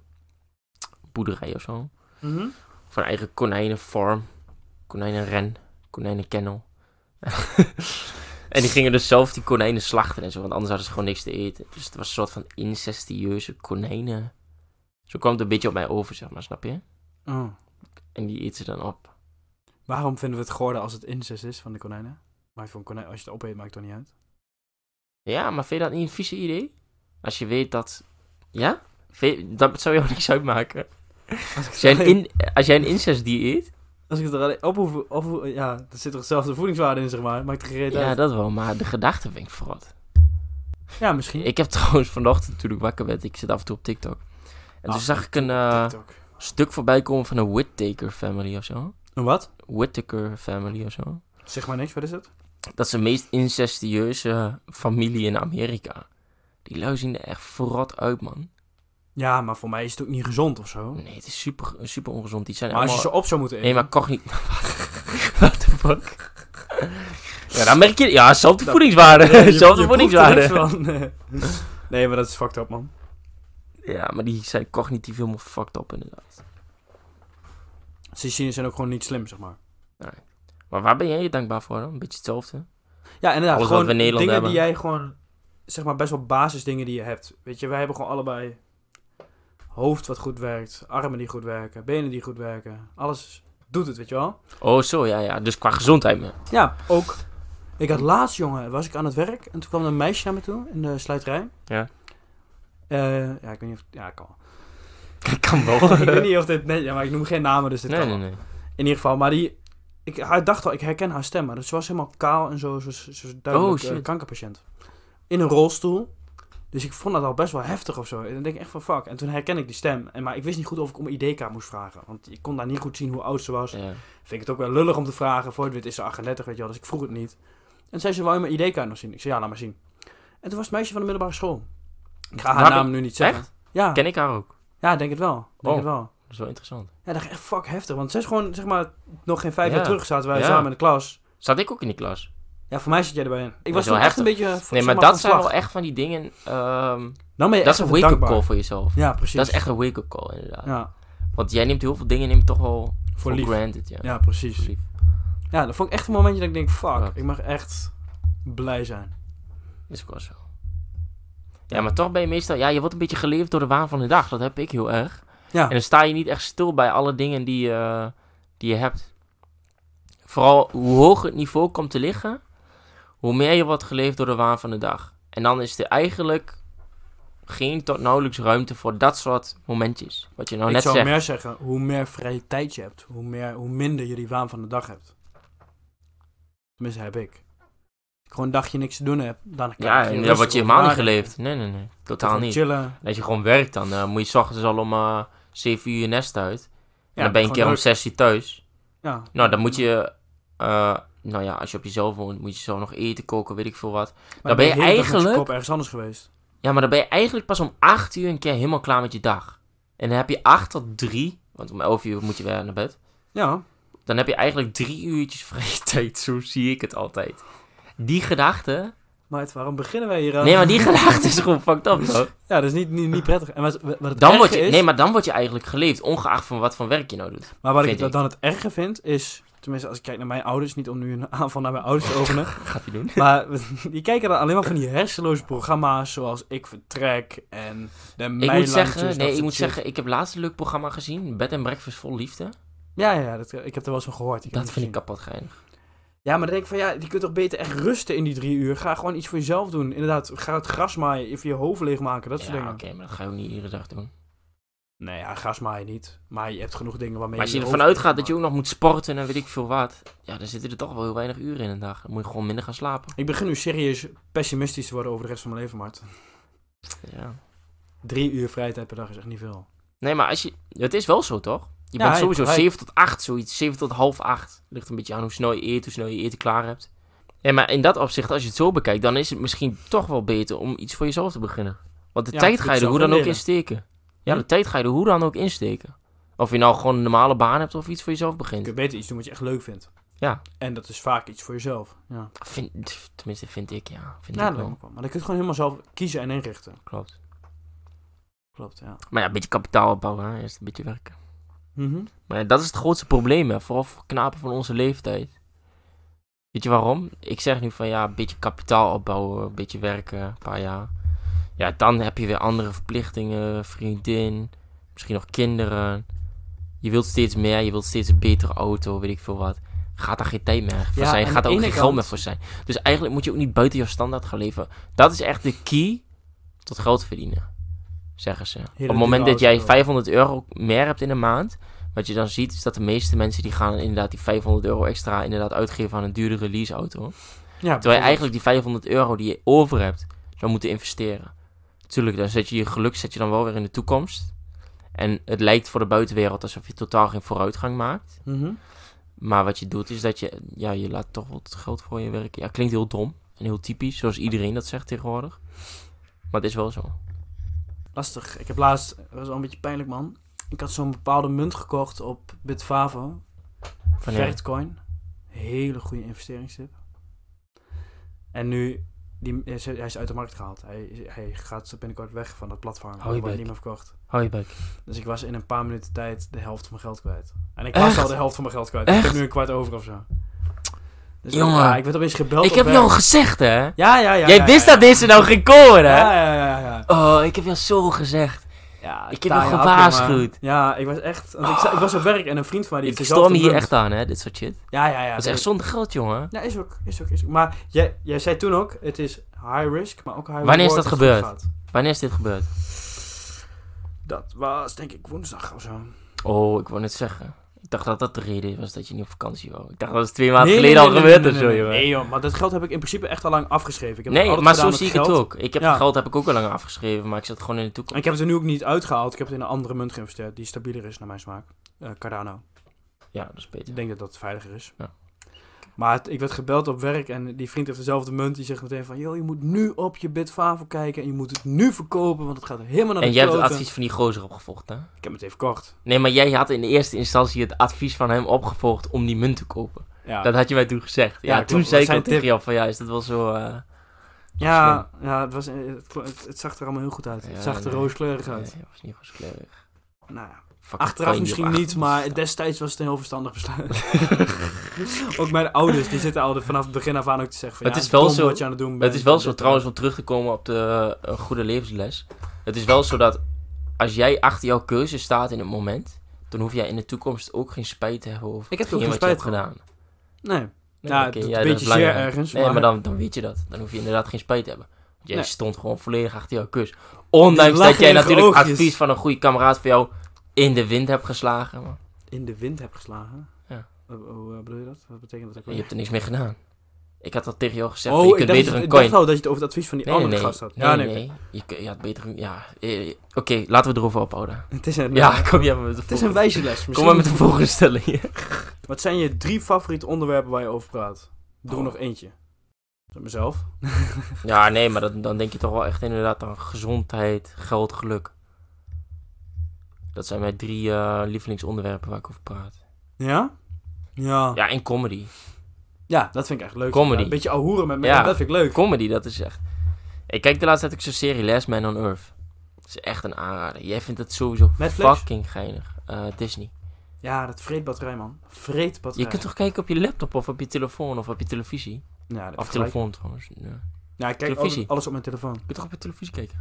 Speaker 2: boerderij of zo. Van eigen konijnenfarm. Konijnenren. Konijnenkennel. en die gingen dus zelf die konijnen slachten en zo. Want anders hadden ze gewoon niks te eten. Dus het was een soort van incestueuze konijnen. Zo kwam het een beetje op mij over, zeg maar. Snap je?
Speaker 1: Oh.
Speaker 2: En die eet ze dan op.
Speaker 1: Waarom vinden we het goorder als het incest is van de konijnen? Maakt voor een konijn, als je het opeet, maakt het toch niet uit?
Speaker 2: Ja, maar vind je dat niet een vieze idee? Als je weet dat... Ja? Vind je- Dat zou jou niks uitmaken.
Speaker 1: Als ik
Speaker 2: Als jij een, in... Als jij een incestdieet eet...
Speaker 1: als ik het er alleen op hoef... Of, hoef- ja, er zit toch dezelfde voedingswaarde in, zeg maar. Maakt er geen reet
Speaker 2: Ja,
Speaker 1: uit.
Speaker 2: dat wel. Maar de gedachte vind ik verrot.
Speaker 1: Ja, misschien.
Speaker 2: Ik heb trouwens vanochtend, toen ik wakker werd, ik zit af en toe op TikTok.
Speaker 1: Af
Speaker 2: En toen
Speaker 1: en
Speaker 2: zag ik een eh,
Speaker 1: TikTok.
Speaker 2: stuk voorbij komen van een Whittaker family of zo.
Speaker 1: Een wat?
Speaker 2: Whittaker family of zo.
Speaker 1: Zeg maar niks, wat is het?
Speaker 2: Dat is de meest incestueuze familie in Amerika. Die lui zien er echt verrot uit, man. Oh,
Speaker 1: Ja, maar voor mij is het ook niet gezond of zo.
Speaker 2: Nee, het is super, super ongezond. Die zijn
Speaker 1: Maar als je
Speaker 2: allemaal...
Speaker 1: ze op zou moeten eten...
Speaker 2: Nee, maar cognitie... What the fuck? ja, dan merk je... Ja, zelfde
Speaker 1: Dat-
Speaker 2: voedingswaarde.
Speaker 1: Ja, je-
Speaker 2: zelfde
Speaker 1: je proeft er niks
Speaker 2: voedingswaarde.
Speaker 1: van. Nee, maar dat is fucked up, man.
Speaker 2: Ja, maar die zijn cognitief helemaal fucked up, inderdaad.
Speaker 1: Siciliërs zijn ook gewoon niet slim, zeg maar.
Speaker 2: Maar waar ben jij je dankbaar voor dan? Een beetje hetzelfde.
Speaker 1: Ja, inderdaad.
Speaker 2: Alles wat
Speaker 1: gewoon
Speaker 2: we in Nederland
Speaker 1: dingen
Speaker 2: hebben.
Speaker 1: die jij gewoon, zeg maar, best wel basisdingen die je hebt. Weet je, wij hebben gewoon allebei hoofd wat goed werkt, armen die goed werken, benen die goed werken. Alles doet het, weet je wel.
Speaker 2: Oh, zo, ja, ja. Dus qua gezondheid, man.
Speaker 1: Ja, ook. Ik had laatst, jongen, was ik aan het werk en toen kwam er een meisje naar me toe in de sluiterij.
Speaker 2: Ja.
Speaker 1: Eh, ja, ik weet niet of... Ja, kan wel.
Speaker 2: Dat kan
Speaker 1: ik weet niet of dit... Nee, ja, maar ik noem geen namen, dus dit
Speaker 2: Nee,
Speaker 1: kan
Speaker 2: nee,
Speaker 1: wel.
Speaker 2: nee.
Speaker 1: In ieder geval, maar die... Ik haar dacht al, ik herken haar stem, maar dus ze was helemaal kaal en zo, zo, zo- zo duidelijk
Speaker 2: Oh, shit.
Speaker 1: eh, kankerpatiënt. In een rolstoel. Dus ik vond dat al best wel heftig of zo. En dan denk ik echt van fuck. En toen herken ik die stem. En, maar ik wist niet goed of ik om een ID-kaart moest vragen. Want ik kon daar niet goed zien hoe oud ze was.
Speaker 2: Ja.
Speaker 1: Vind ik het ook wel lullig om te vragen. Voor het weet is ze 38, weet je wel. Dus ik vroeg het niet. En zei ze, wou je mijn ID-kaart nog zien? Ik zei, ja, laat maar zien. En toen was het meisje van de middelbare school. Ik ga haar
Speaker 2: Waar-
Speaker 1: naam nu niet zeggen.
Speaker 2: Echt?
Speaker 1: Ja,
Speaker 2: Ken ik haar ook.
Speaker 1: ja, denk het wel. Denk
Speaker 2: Oh.
Speaker 1: het wel.
Speaker 2: Dat is wel interessant.
Speaker 1: Ja, dat is echt fuck heftig. Want ze is gewoon, zeg maar, nog geen vijf
Speaker 2: Ja.
Speaker 1: jaar terug zaten wij
Speaker 2: Ja.
Speaker 1: samen in de klas.
Speaker 2: Zat ik ook in die klas?
Speaker 1: Ja, voor mij zit jij erbij in. Ik was
Speaker 2: is wel
Speaker 1: toen echt een
Speaker 2: heftig.
Speaker 1: beetje... eh, voor-
Speaker 2: Nee,
Speaker 1: zeg
Speaker 2: maar dat
Speaker 1: van
Speaker 2: zijn wel
Speaker 1: slag.
Speaker 2: echt van die dingen. ehm,
Speaker 1: Dan ben je
Speaker 2: dat
Speaker 1: echt
Speaker 2: is een
Speaker 1: even
Speaker 2: wake-up call
Speaker 1: dankbaar.
Speaker 2: voor jezelf.
Speaker 1: Ja, precies.
Speaker 2: Dat is echt een wake-up call, inderdaad.
Speaker 1: Ja,
Speaker 2: Want jij neemt heel veel dingen neemt toch wel
Speaker 1: voor
Speaker 2: voor
Speaker 1: lief.
Speaker 2: granted. Ja.
Speaker 1: Ja,
Speaker 2: Voor
Speaker 1: precies.
Speaker 2: lief.
Speaker 1: Ja, dat vond ik echt een momentje dat ik denk, fuck,
Speaker 2: Klopt.
Speaker 1: ik mag echt blij zijn.
Speaker 2: Is ook wel zo. Ja, maar toch ben je meestal... Ja, je wordt een beetje geleefd door de waan van de dag. Dat heb ik heel erg.
Speaker 1: Ja.
Speaker 2: En dan sta je niet echt stil bij alle dingen die, eh, die je hebt. Vooral hoe hoog het niveau komt te liggen... hoe meer je wordt geleefd door de waan van de dag. En dan is er eigenlijk geen tot nauwelijks ruimte voor dat soort momentjes. Wat je nou
Speaker 1: ik
Speaker 2: net
Speaker 1: zou
Speaker 2: zegt.
Speaker 1: meer zeggen, hoe meer vrije tijd je hebt, hoe, meer, hoe minder je die waan van de dag hebt. Tenminste, heb ik. Als ik gewoon een dagje niks te doen heb, dan kan
Speaker 2: Ja,
Speaker 1: ik
Speaker 2: en
Speaker 1: hier rustig
Speaker 2: daar word je
Speaker 1: over
Speaker 2: helemaal niet
Speaker 1: nadenken.
Speaker 2: geleefd. Nee, nee, nee. Totaal
Speaker 1: Gewoon
Speaker 2: niet.
Speaker 1: Chillen.
Speaker 2: En Als je gewoon werkt, dan eh, moet je 's ochtends al om eh 7 uur je nest uit. En
Speaker 1: Ja,
Speaker 2: dan ben je
Speaker 1: gewoon
Speaker 2: een keer om
Speaker 1: leuk.
Speaker 2: 6 uur thuis.
Speaker 1: Ja.
Speaker 2: Nou, dan moet je. eh, nou ja, als je op jezelf woont, moet je zo nog eten koken, weet ik veel wat.
Speaker 1: Maar
Speaker 2: ben je
Speaker 1: de hele dag met
Speaker 2: eigenlijk-
Speaker 1: kop ergens anders geweest.
Speaker 2: Ja, maar dan ben je eigenlijk pas om 8 uur een keer helemaal klaar met je dag. En dan heb je 8 tot 3, want om 11 uur moet je weer naar bed.
Speaker 1: Ja.
Speaker 2: Dan heb je eigenlijk 3 uurtjes vrije tijd. Zo zie ik het altijd. Die gedachte.
Speaker 1: Maar het, waarom beginnen wij hier eh? aan?
Speaker 2: Nee, maar die gedachte is gewoon fucked up, toch?
Speaker 1: Ja, dat is niet, niet, niet prettig. En wat, wat het
Speaker 2: Dan
Speaker 1: erge
Speaker 2: word je,
Speaker 1: is,
Speaker 2: nee, maar dan word je eigenlijk geleefd, ongeacht van wat voor werk je nou doet.
Speaker 1: maar wat ik,
Speaker 2: vind ik.
Speaker 1: dan het erge vind, is... Tenminste, als ik kijk naar mijn ouders, niet om nu een aanval naar mijn ouders te openen.
Speaker 2: Gaat hij doen?
Speaker 1: Maar die kijken dan alleen maar van die hersenloze programma's zoals Ik Vertrek en de
Speaker 2: Ik moet
Speaker 1: Meilandjes, dat
Speaker 2: zeggen, nee, ik
Speaker 1: soort
Speaker 2: moet
Speaker 1: shit.
Speaker 2: zeggen, ik heb laatst een leuk programma gezien, Bed and Breakfast vol liefde.
Speaker 1: Ja, ja, dat, ik heb er wel eens van gehoord. Ik heb
Speaker 2: Dat
Speaker 1: het
Speaker 2: vind ik
Speaker 1: niet
Speaker 2: kapot geinig.
Speaker 1: gezien. Ja, maar dan denk ik van ja, je kunt toch beter echt rusten in die drie uur. Ga gewoon iets voor jezelf doen. Inderdaad, ga het gras maaien, even je hoofd leegmaken, dat
Speaker 2: Ja,
Speaker 1: soort
Speaker 2: oké,
Speaker 1: dingen.
Speaker 2: maar dat ga je ook niet iedere dag doen.
Speaker 1: Nee, ja, gras maaien niet. Maar je hebt genoeg dingen waarmee
Speaker 2: Maar als je
Speaker 1: je
Speaker 2: ervan
Speaker 1: hoofd
Speaker 2: uitgaat dat je
Speaker 1: leegmaakt.
Speaker 2: ook nog moet sporten en weet ik veel wat, ja, dan zitten er toch wel heel weinig uren in een dag. Dan moet je gewoon minder gaan slapen.
Speaker 1: Ik begin nu serieus pessimistisch te worden over de rest van mijn leven, Mart.
Speaker 2: Ja.
Speaker 1: Drie uur vrije tijd per dag is echt niet veel.
Speaker 2: Nee, maar als je, het is wel zo, toch? Je
Speaker 1: Ja,
Speaker 2: bent
Speaker 1: hij-
Speaker 2: sowieso
Speaker 1: hij-
Speaker 2: 7 tot 8, zoiets. 7 tot half 8. Ligt een beetje aan hoe snel je eet, hoe snel je eten klaar hebt. Ja, maar in dat opzicht, als je het zo bekijkt, dan is het misschien toch wel beter om iets voor jezelf te beginnen. Want de
Speaker 1: Ja,
Speaker 2: tijd
Speaker 1: goed
Speaker 2: ga je er
Speaker 1: zelf
Speaker 2: hoe dan ook
Speaker 1: leren.
Speaker 2: insteken. Ja, de
Speaker 1: Hm?
Speaker 2: tijd ga je er hoe dan ook insteken. Of je nou gewoon een normale baan hebt of iets voor jezelf
Speaker 1: Je
Speaker 2: begint.
Speaker 1: kunt beter iets doen wat je echt leuk vindt.
Speaker 2: Ja.
Speaker 1: En dat is vaak iets voor jezelf. Ja.
Speaker 2: Vind, tenminste, vind ik, ja. Vind
Speaker 1: Ja, dat
Speaker 2: ik wel.
Speaker 1: lijkt me ook wel. Maar dan kun je het gewoon helemaal zelf kiezen en inrichten.
Speaker 2: Klopt.
Speaker 1: Klopt, ja. Mhm.
Speaker 2: Maar ja, een beetje kapitaal opbouwen, hè. Eerst een beetje werken. Maar ja, dat is het grootste probleem, hè. Vooral voor knapen van onze leeftijd. Weet je waarom? Ik zeg nu van ja, een beetje kapitaal opbouwen, een beetje werken, een paar jaar. Ja, dan heb je weer andere verplichtingen, vriendin, misschien nog kinderen. Je wilt steeds meer, je wilt steeds een betere auto, weet ik veel wat. Gaat daar geen tijd meer voor
Speaker 1: Ja,
Speaker 2: zijn,
Speaker 1: aan
Speaker 2: gaat
Speaker 1: de
Speaker 2: daar ook
Speaker 1: ene
Speaker 2: geen geld meer
Speaker 1: kant-
Speaker 2: voor zijn. Dus eigenlijk moet je ook niet buiten je standaard gaan leven. Dat is echt de key tot geld verdienen, zeggen ze. Op het moment
Speaker 1: dure
Speaker 2: dat jij
Speaker 1: auto.
Speaker 2: 500 euro meer hebt in een maand, wat je dan ziet is dat de meeste mensen die gaan inderdaad die 500 euro extra inderdaad uitgeven aan een duurdere leaseauto.
Speaker 1: Ja,
Speaker 2: Terwijl je eigenlijk die 500 euro die je over hebt, zou moeten investeren. Tuurlijk, dan zet je je geluk zet je dan wel weer in de toekomst. En het lijkt voor de buitenwereld alsof je totaal geen vooruitgang maakt.
Speaker 1: Mhm.
Speaker 2: Maar wat je doet is dat je, ja, je laat toch wat geld voor je werken. Ja, klinkt heel dom en heel typisch, zoals iedereen dat zegt tegenwoordig. Maar het is wel zo.
Speaker 1: Lastig. Ik heb laatst, dat was wel een beetje pijnlijk man. Ik had zo'n bepaalde munt gekocht op Bitfavo.
Speaker 2: Van ja,
Speaker 1: Vertcoin. Hele goede investeringstip. En nu, die, hij is- hij is uit de markt gehaald. Hij, is- hij gaat binnenkort weg van dat platform.
Speaker 2: je
Speaker 1: Hij wordt
Speaker 2: bek.
Speaker 1: niet meer verkocht.
Speaker 2: hou je bek.
Speaker 1: Dus ik was in een paar minuten tijd de helft van mijn geld kwijt. En ik was
Speaker 2: Echt?
Speaker 1: al de helft van mijn geld kwijt. Ik heb
Speaker 2: Echt?
Speaker 1: nu een kwart over of zo. Dus
Speaker 2: Jongen.
Speaker 1: ja, ik werd opeens gebeld
Speaker 2: Ik
Speaker 1: op
Speaker 2: heb
Speaker 1: werk.
Speaker 2: jou gezegd, hè?
Speaker 1: Ja, ja, ja.
Speaker 2: Jij
Speaker 1: ja,
Speaker 2: wist
Speaker 1: ja,
Speaker 2: dat deze nou ging komen, hè?
Speaker 1: Ja, ja, ja, ja.
Speaker 2: Oh, ik heb jou zo gezegd.
Speaker 1: ja
Speaker 2: Ik heb hem
Speaker 1: taaie
Speaker 2: gewaarschuwd.
Speaker 1: hap, jongen. eh, Ja, ik was echt... Want ik, za- ik was op werk en een vriend van mij... Die
Speaker 2: Ik
Speaker 1: heeft
Speaker 2: storm
Speaker 1: dezelfde
Speaker 2: hier
Speaker 1: munt.
Speaker 2: echt aan, hè? Dit soort shit.
Speaker 1: Ja, ja, ja.
Speaker 2: Dat is echt zonde geld, jongen.
Speaker 1: Ja, is ook, is ook, is ook. Maar jij, jij zei toen ook, het is high risk, maar ook high
Speaker 2: Wanneer is
Speaker 1: reward
Speaker 2: dat
Speaker 1: als het goed
Speaker 2: gebeurd?
Speaker 1: gaat.
Speaker 2: Wanneer is dit gebeurd?
Speaker 1: Dat was denk ik woensdag of zo.
Speaker 2: Oh, ik wou net zeggen. Ik dacht dat dat de reden was dat je niet op vakantie wou. Ik dacht dat is twee maanden
Speaker 1: Nee,
Speaker 2: geleden
Speaker 1: nee,
Speaker 2: al
Speaker 1: nee,
Speaker 2: gebeurd
Speaker 1: nee,
Speaker 2: of
Speaker 1: nee,
Speaker 2: zo,
Speaker 1: nee,
Speaker 2: jongen.
Speaker 1: Nee, joh, maar dat geld heb ik in principe echt al lang afgeschreven. Ik heb
Speaker 2: Nee,
Speaker 1: altijd
Speaker 2: maar
Speaker 1: gedaan met
Speaker 2: zo zie ik
Speaker 1: geld.
Speaker 2: het ook. Ik heb
Speaker 1: Ja.
Speaker 2: het geld heb ik ook al lang afgeschreven, maar ik zat gewoon in de
Speaker 1: En
Speaker 2: toekomst.
Speaker 1: ik heb het er nu ook niet uitgehaald. Ik heb het in een andere munt geïnvesteerd, die stabieler is naar mijn smaak. Eh, Cardano.
Speaker 2: Ja, dat is beter.
Speaker 1: Ik denk dat dat veiliger is.
Speaker 2: Ja.
Speaker 1: Maar het- ik werd gebeld op werk en die vriend heeft dezelfde munt. Die zegt meteen van, joh, je moet nu op je Bitfavo kijken en je moet het nu verkopen, want het gaat helemaal naar
Speaker 2: En
Speaker 1: de
Speaker 2: jij hebt het
Speaker 1: kloten.
Speaker 2: advies van die gozer opgevolgd, hè?
Speaker 1: Ik heb het even kort.
Speaker 2: Nee, maar jij had in de eerste instantie het advies van hem opgevolgd om die munt te kopen.
Speaker 1: Ja,
Speaker 2: Dat had je mij toen gezegd.
Speaker 1: Ja,
Speaker 2: Ja, toen
Speaker 1: klopt.
Speaker 2: zei
Speaker 1: Wat
Speaker 2: ik al
Speaker 1: zijn
Speaker 2: tegen jou van ja, is dat wel zo... eh,
Speaker 1: ja, ja het, was, eh, het, het- het zag er allemaal heel goed uit.
Speaker 2: Ja,
Speaker 1: het zag er
Speaker 2: nee.
Speaker 1: rooskleurig uit.
Speaker 2: Nee, was niet rooskleurig.
Speaker 1: Nou ja.
Speaker 2: Fucking kan
Speaker 1: Achteraf
Speaker 2: je
Speaker 1: misschien
Speaker 2: op
Speaker 1: niet,
Speaker 2: achter-
Speaker 1: maar destijds was het een heel verstandig besluit. ook mijn ouders, die zitten al vanaf het begin af aan ook te zeggen van...
Speaker 2: Het
Speaker 1: ja,
Speaker 2: is wel
Speaker 1: dom
Speaker 2: zo-
Speaker 1: wat je aan het doen
Speaker 2: Het
Speaker 1: bent.
Speaker 2: is wel zo,
Speaker 1: Dit-
Speaker 2: trouwens, om terug te komen op de eh, goede levensles. Het is wel zo dat als jij achter jouw keuze staat in het moment, dan hoef jij in de toekomst ook geen spijt te hebben over
Speaker 1: Ik heb er ook
Speaker 2: hetgeen
Speaker 1: geen
Speaker 2: wat je hebt
Speaker 1: spijt van.
Speaker 2: gedaan.
Speaker 1: Nee,
Speaker 2: Nee,
Speaker 1: ja,
Speaker 2: oké,
Speaker 1: het doet
Speaker 2: ja,
Speaker 1: een
Speaker 2: dat is
Speaker 1: beetje zeer
Speaker 2: belangrijk.
Speaker 1: ergens.
Speaker 2: Nee, maar dan, dan weet je dat. Dan hoef je inderdaad geen spijt te hebben. Want jij
Speaker 1: Nee.
Speaker 2: stond gewoon volledig achter jouw kus. Ondanks dat jij
Speaker 1: lacherige
Speaker 2: natuurlijk
Speaker 1: oogjes.
Speaker 2: advies van een goede kameraad van jou in de wind hebt geslagen. Maar
Speaker 1: in de wind heb geslagen.
Speaker 2: Ja.
Speaker 1: Hoe, hoe, eh, bedoel je dat? Wat betekent dat ook
Speaker 2: je
Speaker 1: weer?
Speaker 2: hebt er niks mee gedaan. Ik had dat tegen jou gezegd.
Speaker 1: Oh,
Speaker 2: je
Speaker 1: ik
Speaker 2: kunt
Speaker 1: dacht,
Speaker 2: beter
Speaker 1: dat-
Speaker 2: een
Speaker 1: ik
Speaker 2: coin.
Speaker 1: dacht al dat je het over het advies van die andere
Speaker 2: nee,
Speaker 1: gast had.
Speaker 2: nee,
Speaker 1: ja,
Speaker 2: nee. Je, kun- je had beter... een- Ja, eh, oké, laten we erover ophouden.
Speaker 1: Het is een, eh,
Speaker 2: Ja, kom jij maar met de
Speaker 1: het is
Speaker 2: volgende.
Speaker 1: een wijze les.
Speaker 2: Kom maar met de
Speaker 1: Misschien-
Speaker 2: volgende stelling.
Speaker 1: Wat zijn je drie favoriete onderwerpen waar je over praat? Doe er
Speaker 2: Oh.
Speaker 1: nog eentje. Is dat mezelf?
Speaker 2: ja, nee, maar dat- dan denk je toch wel echt inderdaad aan gezondheid, geld, geluk. Dat zijn mijn drie eh, lievelingsonderwerpen waar ik over praat.
Speaker 1: Ja? Ja.
Speaker 2: Ja, en comedy.
Speaker 1: Ja, dat vind ik echt leuk.
Speaker 2: Comedy.
Speaker 1: Ja, Een beetje ahoeren met me,
Speaker 2: Ja.
Speaker 1: dat vind ik leuk.
Speaker 2: Comedy, dat is echt... Ik kijk de laatste tijd ook zo'n serie Last Man on Earth. Dat is echt een aanrader. Jij vindt het sowieso
Speaker 1: Netflix?
Speaker 2: fucking geinig. Eh, Disney.
Speaker 1: Ja, dat vreet batterij, man. Vreet
Speaker 2: Je
Speaker 1: batterij.
Speaker 2: kunt toch kijken op je laptop of op je telefoon of op je televisie?
Speaker 1: Ja, dat
Speaker 2: Of
Speaker 1: heb je gelijk.
Speaker 2: telefoon trouwens. Ja. Je
Speaker 1: Ja, ik kijk
Speaker 2: televisie.
Speaker 1: alles, alles op mijn telefoon.
Speaker 2: kunt toch op je televisie kijken?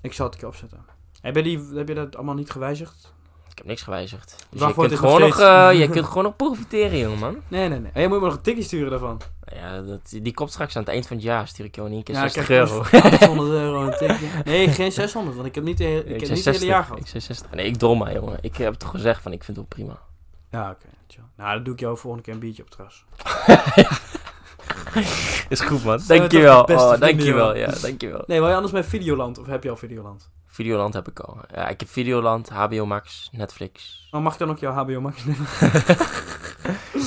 Speaker 1: Ik zal het een keer opzetten. Heb je, die, heb je dat allemaal niet gewijzigd?
Speaker 2: Ik heb niks gewijzigd. Dus
Speaker 1: Wacht, wordt
Speaker 2: je kunt,
Speaker 1: dit
Speaker 2: gewoon
Speaker 1: nog
Speaker 2: nog,
Speaker 1: steeds?
Speaker 2: eh, je kunt gewoon nog profiteren, jongeman.
Speaker 1: Nee, nee, nee. En jij moet me nog een tikkie sturen daarvan.
Speaker 2: Ja, dat, die komt straks aan het eind van het jaar. Stuur ik jou in één keer
Speaker 1: Ja, ik
Speaker 2: 60
Speaker 1: krijg
Speaker 2: euro.
Speaker 1: dus 800 euro een tikkie. Nee, geen 600, want ik heb niet, de, hele- ik
Speaker 2: Ik
Speaker 1: heb
Speaker 2: zei
Speaker 1: niet het
Speaker 2: 60.
Speaker 1: hele jaar gehad.
Speaker 2: Ik zei 60. Nee, ik dol maar, jongen. Ik heb toch gezegd van, ik vind het wel prima.
Speaker 1: Ja, oké. chill. Nou, dan doe ik jou volgende keer een biertje op het terras.
Speaker 2: Is goed, man.
Speaker 1: Zijn we toch
Speaker 2: Dankjewel.
Speaker 1: de beste
Speaker 2: Oh,
Speaker 1: vrienden,
Speaker 2: dankjewel.
Speaker 1: jongen?
Speaker 2: Ja, dankjewel.
Speaker 1: Nee, wil je anders bij Videoland? Of heb je al Videoland?
Speaker 2: Videoland heb ik al. Ja, ik heb Videoland, HBO Max, Netflix.
Speaker 1: Maar Oh, mag ik dan ook jouw HBO Max nemen?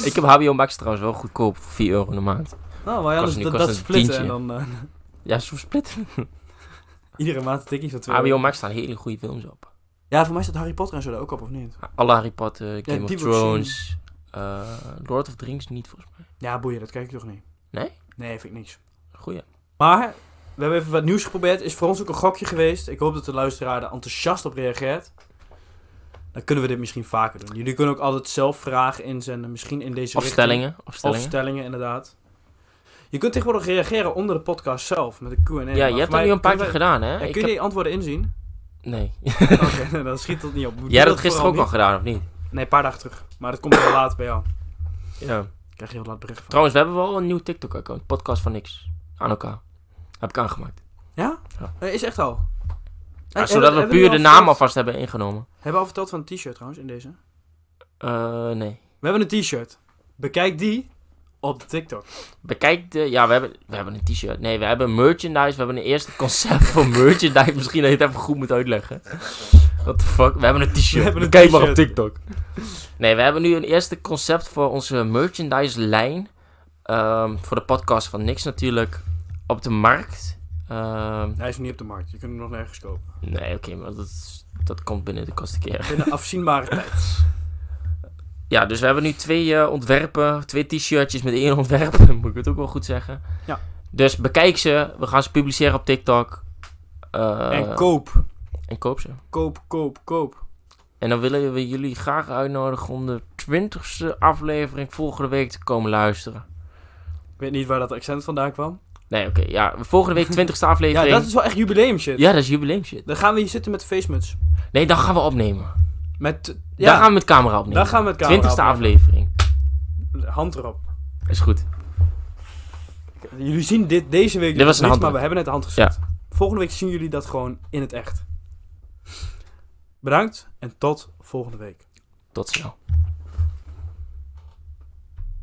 Speaker 2: Ik heb HBO Max trouwens wel goedkoop voor 4 euro in de maand.
Speaker 1: Nou, wil je anders
Speaker 2: nu
Speaker 1: dat,
Speaker 2: kost
Speaker 1: dat
Speaker 2: het een
Speaker 1: splitten en
Speaker 2: tientje.
Speaker 1: dan eh,
Speaker 2: Ja, zo split.
Speaker 1: iedere maand een tikkie van twee
Speaker 2: HBO
Speaker 1: euro?
Speaker 2: Max staan hele goede films op.
Speaker 1: Ja, voor mij staat Harry Potter en zo daar ook op, of niet?
Speaker 2: Alle Harry Potter, Game of
Speaker 1: die wil ik zien.
Speaker 2: Thrones, eh, Lord of the Rings niet volgens mij.
Speaker 1: Ja, boeien, dat kijk ik toch niet.
Speaker 2: Nee?
Speaker 1: Nee, vind ik niks.
Speaker 2: Goeie.
Speaker 1: Maar we hebben even wat nieuws geprobeerd. Is voor ons ook een gokje geweest. Ik hoop dat de luisteraar er enthousiast op reageert. Dan kunnen we dit misschien vaker doen. Jullie kunnen ook altijd zelf vragen inzenden. Misschien in deze
Speaker 2: Of
Speaker 1: richting.
Speaker 2: stellingen. Of
Speaker 1: Of
Speaker 2: stellingen.
Speaker 1: stellingen, inderdaad. Je kunt tegenwoordig reageren onder de podcast zelf. Met een Q&A.
Speaker 2: ja,
Speaker 1: Maar
Speaker 2: je hebt
Speaker 1: voor
Speaker 2: dat nu
Speaker 1: mij
Speaker 2: een paar keer
Speaker 1: kunnen
Speaker 2: gedaan, hè?
Speaker 1: wij- Ja,
Speaker 2: Ik
Speaker 1: kun je
Speaker 2: heb-
Speaker 1: die antwoorden inzien?
Speaker 2: Nee.
Speaker 1: Oké, nee, dan schiet dat niet op. Doe
Speaker 2: Jij hebt
Speaker 1: dat
Speaker 2: dat gisteren ook al
Speaker 1: vooral
Speaker 2: gedaan, of niet?
Speaker 1: niet. Nee, een paar dagen terug. Maar dat komt heel laat bij jou.
Speaker 2: Ja.
Speaker 1: Ik krijg heel laat bericht van.
Speaker 2: Trouwens, we hebben wel een nieuw TikTok-account. Podcast van niks. Aan elkaar. Heb ik aangemaakt.
Speaker 1: Ja?
Speaker 2: Ja.
Speaker 1: Eh, Is echt al.
Speaker 2: Ja,
Speaker 1: Eh,
Speaker 2: zodat we
Speaker 1: hebben- hebben
Speaker 2: puur de
Speaker 1: al
Speaker 2: naam
Speaker 1: verteld-
Speaker 2: alvast hebben ingenomen.
Speaker 1: Hebben we al verteld van het t-shirt trouwens, in deze?
Speaker 2: Eh, nee.
Speaker 1: We hebben een t-shirt. Bekijk die op de TikTok.
Speaker 2: Bekijk de... Ja, we hebben, we hebben een t-shirt. Nee, we hebben merchandise. We hebben een eerste concept voor merchandise. Misschien dat je het even goed moet uitleggen. What the fuck? We hebben een
Speaker 1: We
Speaker 2: t-shirt.
Speaker 1: hebben een
Speaker 2: Bekijk maar op
Speaker 1: t-shirt.
Speaker 2: TikTok. Nee, we hebben nu een eerste concept voor onze merchandise-lijn. Ehm, voor de podcast van Niks natuurlijk. Op de markt. Ehm,
Speaker 1: Hij is niet op de markt. Je kunt hem nog nergens kopen.
Speaker 2: nee, oké, maar dat, is- dat komt binnen de kosten keer.
Speaker 1: Binnen afzienbare tijd.
Speaker 2: Ja, dus we hebben nu twee eh, ontwerpen, twee t-shirtjes met één ontwerp, moet ik het ook wel goed zeggen.
Speaker 1: Ja.
Speaker 2: Dus bekijk ze, we gaan ze publiceren op TikTok. Eh,
Speaker 1: en koop.
Speaker 2: en koop ze.
Speaker 1: Koop, koop, koop.
Speaker 2: En dan willen we jullie graag uitnodigen om de twintigste aflevering volgende week te komen luisteren.
Speaker 1: Ik weet niet waar dat accent vandaan kwam.
Speaker 2: Nee, oké, ja, volgende week twintigste
Speaker 1: Ja,
Speaker 2: aflevering.
Speaker 1: dat is wel echt jubileum shit.
Speaker 2: Ja, dat is jubileum shit.
Speaker 1: Dan gaan we hier zitten met de facemuts.
Speaker 2: Nee, dan gaan we opnemen.
Speaker 1: Met,
Speaker 2: Dan gaan we met camera opnemen.
Speaker 1: dan gaan we het camera
Speaker 2: Twintigste
Speaker 1: opnemen.
Speaker 2: aflevering.
Speaker 1: Hand erop.
Speaker 2: Is goed.
Speaker 1: Jullie zien dit deze week
Speaker 2: Dit was
Speaker 1: nog
Speaker 2: een
Speaker 1: niet, maar
Speaker 2: handdruk.
Speaker 1: we hebben het de hand gezet. Volgende week zien jullie dat gewoon in het echt. Bedankt en tot volgende week.
Speaker 2: Tot snel.